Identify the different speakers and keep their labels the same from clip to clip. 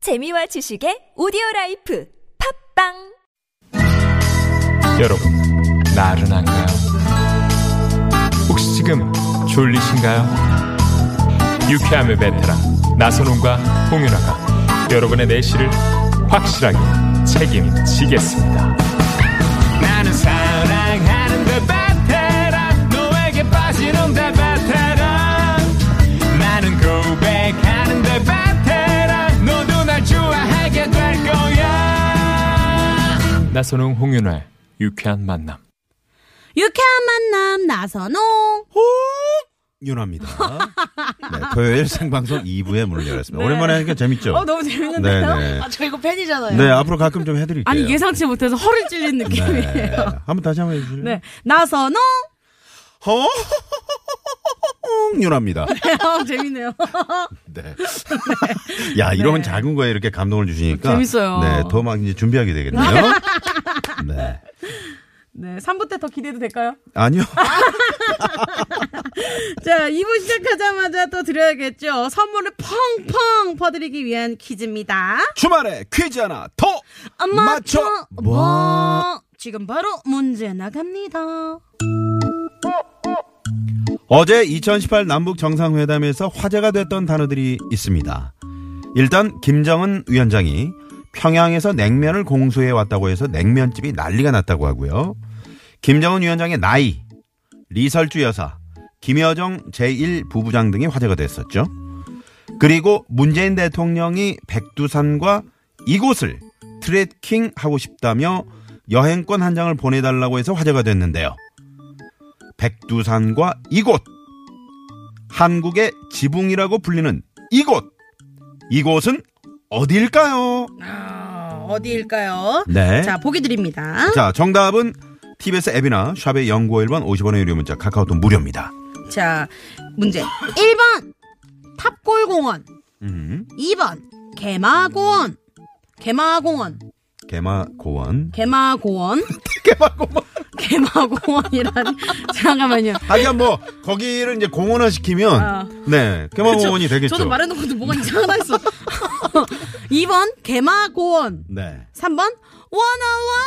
Speaker 1: 재미와 지식의 오디오 라이프 팝빵
Speaker 2: 여러분, 나른한가요? 혹시 지금 졸리신가요? 유쾌함의 베테랑 나선홍과 홍윤아가 여러분의 내실을 확실하게 책임지겠습니다. 나는 사랑하는데 그 베테랑 너에게 빠지는데 베테랑 나는 고백하는데 그 베테랑 너도 날 좋아하게 될 거야. 나선홍 홍윤아의 유쾌한 만남.
Speaker 3: 유쾌한 만남 나선홍.
Speaker 4: 윤화입니다. 네, 토요일 생방송 2부에 문을 열었습니다. 오랜만에 하니까 재밌죠?
Speaker 3: 네. 어 너무 재밌는데요?
Speaker 4: 네, 네.
Speaker 3: 아, 저 이거 팬이잖아요.
Speaker 4: 네, 앞으로 가끔 좀 해드릴게요.
Speaker 3: 아니 예상치 못해서 허를 찔린 느낌이에요.
Speaker 4: 네.
Speaker 3: 네.
Speaker 4: 한번 다시 한번 해주실래요?
Speaker 3: 나선홍.
Speaker 4: 허! 윤화입니다.
Speaker 3: 어, 재밌네요. 네.
Speaker 4: 네. 야, 이런 작은 거에 이렇게 감동을 주시니까.
Speaker 3: 재밌어요.
Speaker 4: 네, 더 막 이제 준비하게 되겠네요. 네.
Speaker 3: 네, 3부 때 더 기대도 될까요?
Speaker 4: 아니요.
Speaker 3: 자, 2부 시작하자마자 또 드려야겠죠. 선물을 펑펑 퍼드리기 위한 퀴즈입니다.
Speaker 4: 주말에 퀴즈 하나 더! 맞춰!
Speaker 3: 아, 뭐 지금 바로 문제 나갑니다.
Speaker 4: 어제 2018 남북 정상회담에서 화제가 됐던 단어들이 있습니다. 일단 김정은 위원장이 평양에서 냉면을 공수해 왔다고 해서 냉면집이 난리가 났다고 하고요. 김정은 위원장의 나이, 리설주 여사, 김여정 제1부부장 등이 화제가 됐었죠. 그리고 문재인 대통령이 백두산과 이곳을 트레킹 하고 싶다며 여행권 한 장을 보내달라고 해서 화제가 됐는데요. 백두산과 이곳 한국의 지붕이라고 불리는 이곳 이곳은 어디일까요?
Speaker 3: 아, 어디일까요?
Speaker 4: 네.
Speaker 3: 자,
Speaker 4: 자,
Speaker 3: 보기 드립니다.
Speaker 4: 정답은 TBS 앱이나 샵의 연구 1번 50원의 유료 문자 카카오톡 무료입니다.
Speaker 3: 자, 문제. 1번 탑골공원.
Speaker 4: 음.
Speaker 3: 2번 개마고원. 개마공원.
Speaker 4: 개마 고원.
Speaker 3: 개마고원. 개마고원. 개마고원이란 잠깐만요.
Speaker 4: 하긴 뭐 거기를 이제 공원화 시키면
Speaker 3: 아.
Speaker 4: 네 개마 고원이 되겠죠.
Speaker 3: 저도 말해놓고도 뭐가 이상하다 했어. 2번 개마고원.
Speaker 4: 네.
Speaker 3: 3번 원어원.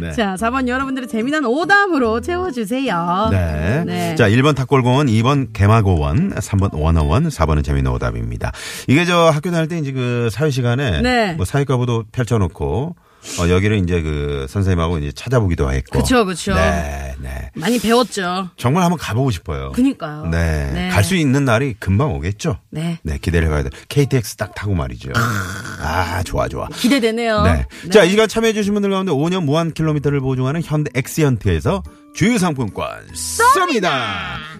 Speaker 4: 네.
Speaker 3: 자, 4번 여러분들의 재미난 오답으로 채워주세요.
Speaker 4: 네.
Speaker 3: 네.
Speaker 4: 자, 1번 탁골공원, 2번 개마고원, 3번 원어원, 4번은 재미있는 오답입니다. 이게 저 학교 다닐 때 이제 그 사회 시간에
Speaker 3: 네.
Speaker 4: 뭐 사회과부도 펼쳐놓고 어, 여기를 이제 그 선생님하고 이제 찾아보기도 했고.
Speaker 3: 그쵸, 그쵸.
Speaker 4: 네, 네.
Speaker 3: 많이 배웠죠.
Speaker 4: 정말 한번 가보고 싶어요.
Speaker 3: 그니까요.
Speaker 4: 네. 갈 수 있는 날이 금방 오겠죠.
Speaker 3: 네.
Speaker 4: 기대를 해봐야 돼. KTX 딱 타고 말이죠. 아, 좋아, 좋아.
Speaker 3: 기대되네요.
Speaker 4: 네. 자, 이 시간 참여해주신 분들 가운데 5년 무한 킬로미터를 보증하는 현대 엑시언트에서 주유상품권 쏩니다.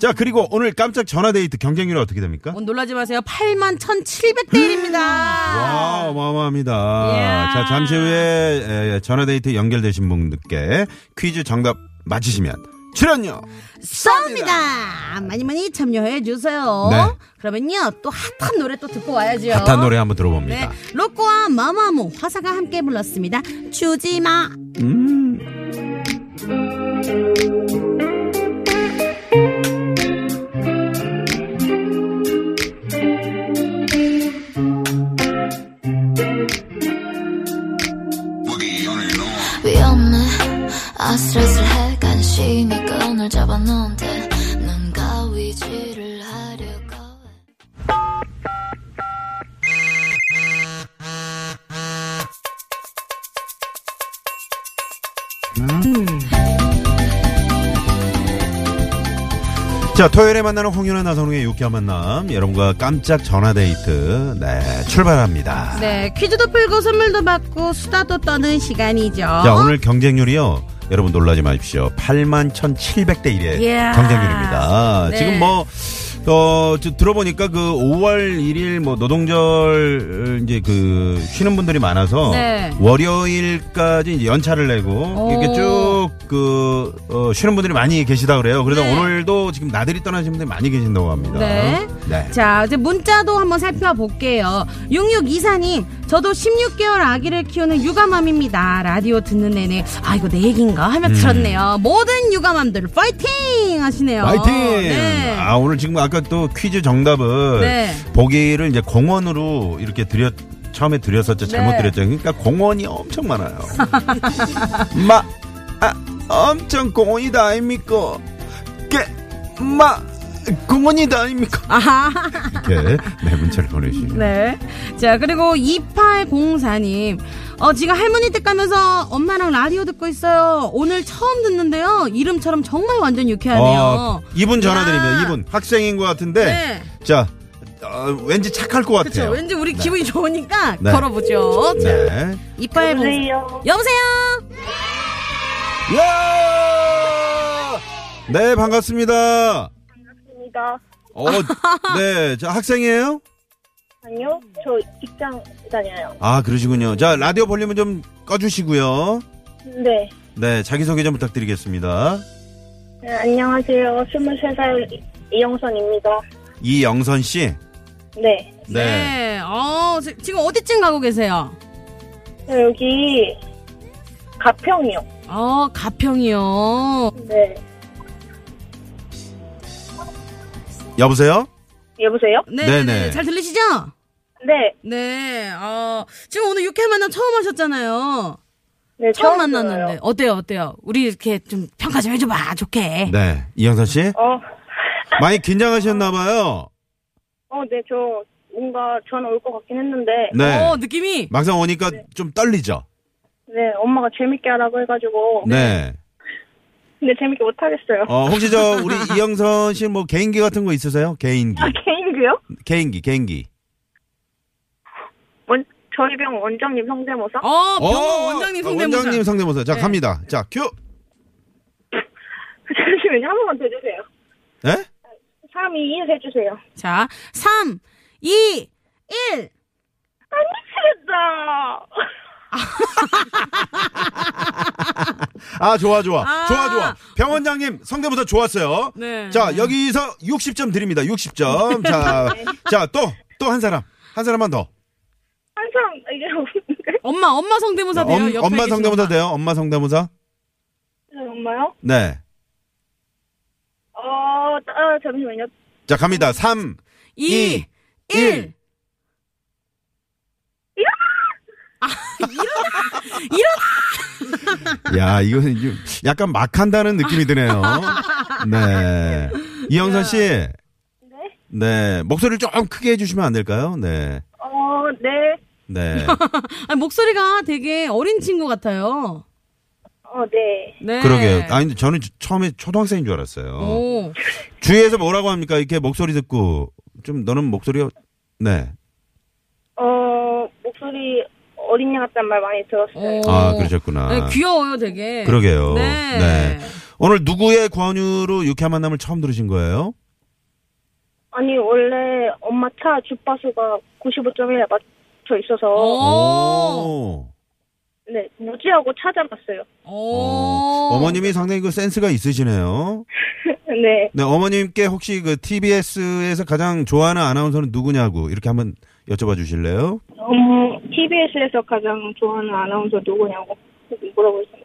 Speaker 4: 자, 그리고 오늘 깜짝 전화데이트 경쟁률이 어떻게 됩니까?
Speaker 3: 오늘 놀라지 마세요. 8만 1,700대 1입니다.
Speaker 4: 와, 어마어마합니다.
Speaker 3: 이야.
Speaker 4: 자, 잠시 후에 에, 전화데이트 연결되신 분들께 퀴즈 정답 맞히시면 출연료!
Speaker 3: 쏩니다. 많이 많이 참여해 주세요.
Speaker 4: 네.
Speaker 3: 그러면요. 또 핫한 노래 또 듣고 와야죠.
Speaker 4: 핫한 노래 한번
Speaker 3: 네.
Speaker 4: 들어봅니다.
Speaker 3: 로꼬와 마마무 화사가 함께 불렀습니다. 주지 마.
Speaker 5: 위험해 아슬아슬해 간신히 끈을 잡았는데 넌 가위질을 하려고 해.
Speaker 4: 자, 토요일에 만나는 홍윤아 나선우의 유쾌한 만남. 여러분과 깜짝 전화데이트. 네, 출발합니다.
Speaker 3: 네. 퀴즈도 풀고 선물도 받고 수다도 떠는 시간이죠.
Speaker 4: 자, 오늘 경쟁률이요. 여러분 놀라지 마십시오. 8만 1,700대 1의
Speaker 3: 이야.
Speaker 4: 경쟁률입니다.
Speaker 3: 예. 네.
Speaker 4: 지금 뭐, 어, 저 들어보니까 그 5월 1일 뭐 노동절 어, 이제 그 쉬는 분들이 많아서
Speaker 3: 네.
Speaker 4: 월요일까지 이제 연차를 내고
Speaker 3: 오.
Speaker 4: 이렇게 쭉 그 어, 쉬는 분들이 많이 계시다 그래요. 그래서
Speaker 3: 네.
Speaker 4: 오늘도 지금 나들이 떠나신 분들이 많이 계신다고 합니다.
Speaker 3: 네.
Speaker 4: 네.
Speaker 3: 자, 이제 문자도 한번 살펴볼게요. 6624님, 저도 16개월 아기를 키우는 육아맘입니다. 라디오 듣는 내내, 아, 이거 내 얘기인가? 하며
Speaker 4: 음.
Speaker 3: 들었네요. 모든 육아맘들, 파이팅! 하시네요.
Speaker 4: 화이팅!
Speaker 3: 그렇죠. 네.
Speaker 4: 아, 오늘 지금 아까 또 퀴즈 정답은
Speaker 3: 네.
Speaker 4: 보기를 이제 공원으로 이렇게 드렸, 처음에 드렸었죠. 잘못
Speaker 3: 네.
Speaker 4: 드렸죠. 그러니까 공원이 엄청 많아요. 마, 아, 엄청 공원이다 아닙니까? 게, 마, 공원이다 아닙니까?
Speaker 3: 아하.
Speaker 4: 이렇게 네, 문자를 보내주시면.
Speaker 3: 네. 자, 그리고 2804님. 어, 지금 할머니 댁 가면서 엄마랑 라디오 듣고 있어요. 오늘 처음 듣는데요. 이름처럼 정말 완전 유쾌하네요.
Speaker 4: 어, 이분 전화드립니다.
Speaker 3: 야.
Speaker 4: 이분 학생인 것 같은데
Speaker 3: 네.
Speaker 4: 자 어, 왠지 착할 것
Speaker 3: 그쵸.
Speaker 4: 같아요.
Speaker 3: 왠지 우리 기분이 좋으니까
Speaker 4: 네.
Speaker 3: 걸어보죠. 자,
Speaker 4: 네.
Speaker 3: 2804.
Speaker 6: 여보세요.
Speaker 3: 여보세요?
Speaker 4: 야! 네 반갑습니다.
Speaker 6: 입니다.
Speaker 4: 어, 네, 자 학생이에요?
Speaker 6: 아니요, 저 직장 다녀요.
Speaker 4: 아 그러시군요. 자 라디오 볼륨을 좀 꺼주시고요.
Speaker 6: 네.
Speaker 4: 네 자기 소개 좀 부탁드리겠습니다.
Speaker 6: 네, 안녕하세요. 23살 이- 이영선입니다.
Speaker 4: 이영선 씨.
Speaker 6: 네.
Speaker 4: 네.
Speaker 3: 어, 지- 지금 어디쯤 가고 계세요?
Speaker 6: 저 네, 여기 가평이요.
Speaker 3: 어, 가평이요.
Speaker 6: 네.
Speaker 4: 여보세요?
Speaker 6: 여보세요?
Speaker 3: 네, 네.
Speaker 4: 네네.
Speaker 3: 잘 들리시죠?
Speaker 6: 네.
Speaker 3: 네. 어, 지금 오늘 유쾌한 만남 처음 하셨잖아요.
Speaker 6: 네,
Speaker 3: 처음
Speaker 6: 들어요.
Speaker 3: 만났는데 어때요 어때요 우리 이렇게 좀 평가 좀 해줘봐 좋게
Speaker 4: 네. 이영선 씨
Speaker 6: 어,
Speaker 4: 많이 긴장하셨나봐요.
Speaker 6: 어, 네, 저 뭔가 전화 올 것 같긴 했는데,
Speaker 4: 네.
Speaker 3: 어 느낌이
Speaker 4: 막상 오니까 좀 떨리죠.
Speaker 6: 네, 엄마가 재밌게 하라고 해가지고,
Speaker 4: 네.
Speaker 6: 근데 재밌게 못하겠어요.
Speaker 4: 어 혹시 저 우리 이영선 씨 뭐 개인기 같은 거 있으세요? 개인기.
Speaker 6: 아, 개인기요?
Speaker 4: 개인기 개인기.
Speaker 6: 원, 저희 병 원장님 성대모사?
Speaker 3: 어 병원
Speaker 4: 어,
Speaker 3: 원장님
Speaker 4: 아,
Speaker 3: 성대모사
Speaker 4: 원장님 성대모사. 자
Speaker 3: 네.
Speaker 4: 갑니다. 자 큐.
Speaker 6: 잠시만요, 한 번만 더 주세요.
Speaker 4: 네?
Speaker 6: 3, 2, 1 해주세요.
Speaker 3: 자 3, 2, 1
Speaker 6: 아, 미치겠다.
Speaker 4: 아 좋아 좋아
Speaker 3: 아.
Speaker 4: 좋아 좋아 병원장님 성대모사 좋았어요.
Speaker 3: 네.
Speaker 4: 자 여기서 60점 드립니다. 60점. 자자또 또 한 사람 한 사람만 더.
Speaker 6: 항상 이게 없는데.
Speaker 3: 엄마 엄마 성대모사 돼요
Speaker 4: 엄-
Speaker 3: 옆에
Speaker 4: 엄마
Speaker 3: 계신
Speaker 4: 성대모사
Speaker 3: 엄마.
Speaker 4: 돼요? 엄마 성대모사?
Speaker 6: 엄마요?
Speaker 4: 네.
Speaker 6: 어, 아, 잠시만요.
Speaker 4: 자 갑니다. 3
Speaker 3: 2,
Speaker 4: 이,
Speaker 3: 1,
Speaker 4: 일. 야 이거는 좀 약간 막 한다는 느낌이 드네요. 네. 이영선 씨. 네 목소리를 좀 크게 해주시면 안 될까요? 네.
Speaker 6: 어, 네.
Speaker 4: 네.
Speaker 3: 아니, 목소리가 되게 어린 친구 같아요
Speaker 6: 어, 네.
Speaker 3: 네
Speaker 4: 그러게요. 아니 근데 저는 처음에 초등학생인 줄 알았어요.
Speaker 3: 오.
Speaker 4: 주위에서 뭐라고 합니까? 이렇게 목소리 듣고 좀 너는 목소리가 네.
Speaker 6: 어, 목소리 어린이 같다는 말 많이 들었어요.
Speaker 3: 오.
Speaker 4: 아, 그러셨구나.
Speaker 3: 네, 귀여워요 되게
Speaker 4: 그러게요.
Speaker 3: 네.
Speaker 4: 네. 오늘 누구의 권유로 유쾌한 만남을 처음 들으신 거예요?
Speaker 6: 아니, 원래 엄마 차 주파수가 95.1에 맞춰 있어서,
Speaker 3: 오.
Speaker 6: 네, 무지하고 찾아봤어요.
Speaker 3: 오.
Speaker 4: 어. 머님이 상당히 그 센스가 있으시네요.
Speaker 6: 네.
Speaker 4: 네, 어머님께 혹시 그 TBS에서 가장 좋아하는 아나운서는 누구냐고 이렇게 한번 여쭤봐 주실래요?
Speaker 6: 음, TBS에서 가장 좋아하는 아나운서 누구냐고 물어보셨어요.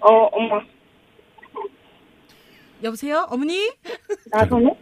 Speaker 6: 어, 엄마.
Speaker 3: 여보세요 어머니
Speaker 6: 나선홍?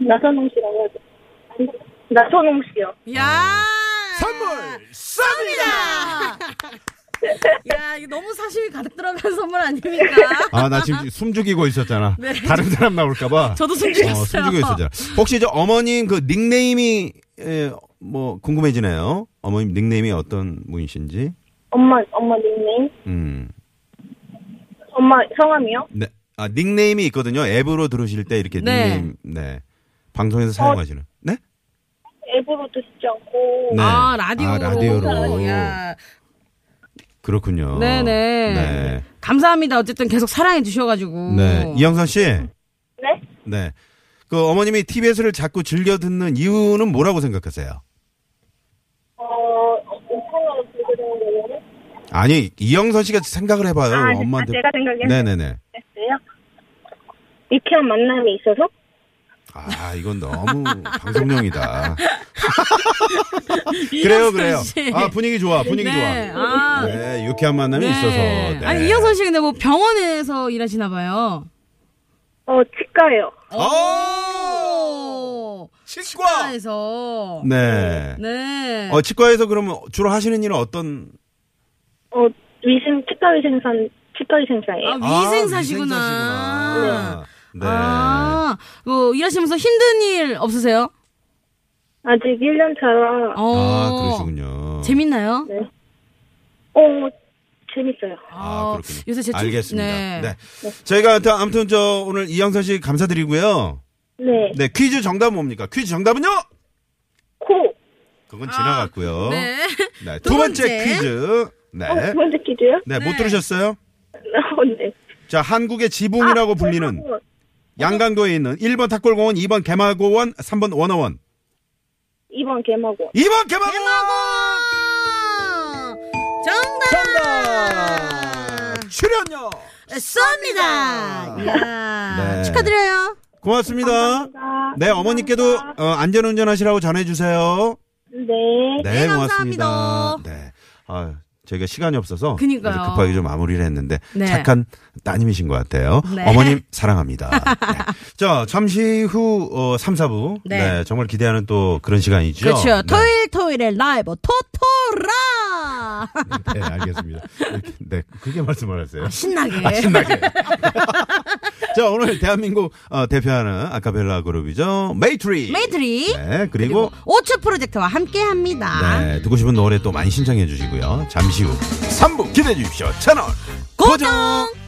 Speaker 6: 나선홍 씨라고 하죠. 나선홍 씨요.
Speaker 3: 야
Speaker 4: 어. 선물 쌉니다!
Speaker 3: 야, 이거 너무 사심이 가득 들어간 선물 아닙니까?
Speaker 4: 아, 나 지금 숨죽이고 있었잖아.
Speaker 3: 네.
Speaker 4: 다른 사람 나올까봐.
Speaker 3: 저도 숨죽였어요.
Speaker 4: 어, 숨죽이고 있었잖아. 혹시 저 어머님 그 닉네임이 에, 뭐 궁금해지네요. 어머님 닉네임이 어떤 분이신지.
Speaker 6: 엄마, 엄마 닉네임?
Speaker 4: 음.
Speaker 6: 엄마 성함이요?
Speaker 4: 네. 아 닉네임이 있거든요. 앱으로 들으실 때 이렇게
Speaker 3: 네. 어.
Speaker 4: 닉네임. 네. 방송에서 사용하시는. 네?
Speaker 6: 앱으로 듣지 않고.
Speaker 4: 네.
Speaker 3: 아, 라디오로.
Speaker 4: 아, 라디오로.
Speaker 3: 야.
Speaker 4: 그렇군요.
Speaker 3: 네네.
Speaker 4: 네.
Speaker 3: 감사합니다. 어쨌든 계속 사랑해 주셔가지고.
Speaker 4: 네. 이영선 씨.
Speaker 6: 네?
Speaker 4: 네. 그 어머님이 TBS를 자꾸 즐겨 듣는 이유는 뭐라고 생각하세요?
Speaker 6: 어, 인터넷으로 들으는 거는
Speaker 4: 아니 이영선 씨가 생각을 해봐요.
Speaker 6: 아, 네.
Speaker 4: 엄마한테.
Speaker 6: 아, 제가 생각해요?
Speaker 4: 네네네.
Speaker 6: 됐어요? 유쾌한 만남이 있어서?
Speaker 4: 아 이건 너무 방송용이다. 그래요 그래요. 아 분위기 좋아 분위기
Speaker 3: 네.
Speaker 4: 좋아.
Speaker 3: 아.
Speaker 4: 네 유쾌한 만남이
Speaker 3: 네.
Speaker 4: 있어서. 네.
Speaker 3: 아니 이영선 씨 근데 뭐 병원에서 일하시나 봐요.
Speaker 6: 어, 치과예요.
Speaker 3: 오.
Speaker 4: 치과.
Speaker 3: 에서
Speaker 4: 네.
Speaker 3: 네.
Speaker 4: 어 치과에서 그러면 주로 하시는 일은 어떤?
Speaker 6: 어, 위생, 치과 위생산, 치과 위생사예요.
Speaker 3: 아, 위생사시구나.
Speaker 4: 위생사시구나. 네.
Speaker 3: 아, 뭐 일하시면서 힘든 일 없으세요?
Speaker 6: 아직 1년 차라,
Speaker 3: 어.
Speaker 4: 아 그러시군요.
Speaker 3: 재밌나요?
Speaker 6: 네. 어, 재밌어요.
Speaker 4: 아, 그렇군요.
Speaker 3: 요새 제 주-
Speaker 4: 알겠습니다.
Speaker 3: 네.
Speaker 4: 네. 저희가 아무튼- 아무튼 저 오늘 이영선 씨 감사드리고요.
Speaker 6: 네.
Speaker 4: 네, 퀴즈 정답 뭡니까? 퀴즈 정답은요?
Speaker 6: 코.
Speaker 4: 그건 지나갔고요.
Speaker 3: 네.
Speaker 4: 네, 두,
Speaker 3: 두
Speaker 4: 번째,
Speaker 3: 번째.
Speaker 4: 퀴즈. 네.
Speaker 6: 어, 두 번째 퀴즈요?
Speaker 4: 네, 못
Speaker 3: 네.
Speaker 4: 들으셨어요?
Speaker 6: 어, 네.
Speaker 4: 자, 한국의 지붕이라고
Speaker 6: 아,
Speaker 4: 불리는
Speaker 6: 그리고
Speaker 4: 양강도에 있는 1번 탁골공원, 2번 개마고원, 3번 원어원.
Speaker 6: 이번 개마고.
Speaker 4: 2번 개마고원!
Speaker 3: 아, 정답!
Speaker 4: 정답! 출연료!
Speaker 3: 쏩니다! 이야.
Speaker 4: 네.
Speaker 3: 축하드려요.
Speaker 4: 고맙습니다.
Speaker 6: 감사합니다.
Speaker 4: 네, 어머니께도 어, 안전운전 하시라고 전해주세요.
Speaker 6: 네.
Speaker 3: 네, 감사합니다.
Speaker 4: 네. 아, 저희가 시간이 없어서
Speaker 3: 그니까요.
Speaker 4: 그래서 급하게 좀 마무리를 했는데
Speaker 3: 네.
Speaker 4: 착한 따님이신 것 같아요.
Speaker 3: 네.
Speaker 4: 어머님 사랑합니다. 네. 자, 잠시 후 어, 3, 4부.
Speaker 3: 네.
Speaker 4: 네. 정말 기대하는 또 그런 시간이죠.
Speaker 3: 그렇죠.
Speaker 4: 네.
Speaker 3: 토요일 토요일에 라이브 토토라!
Speaker 4: 네, 알겠습니다. 이렇게, 네, 그게 말씀을 하세요. 아,
Speaker 3: 신나게.
Speaker 4: 자, 오늘 대한민국 어, 대표하는 아카펠라 그룹이죠. 메이트리.
Speaker 3: 메이트리.
Speaker 4: 네, 그리고
Speaker 3: 오츠 프로젝트와 함께 합니다.
Speaker 4: 네, 듣고 싶은 노래 또 많이 신청해 주시고요. 잠시 후 3부 기대해 주십시오. 채널
Speaker 3: 고정!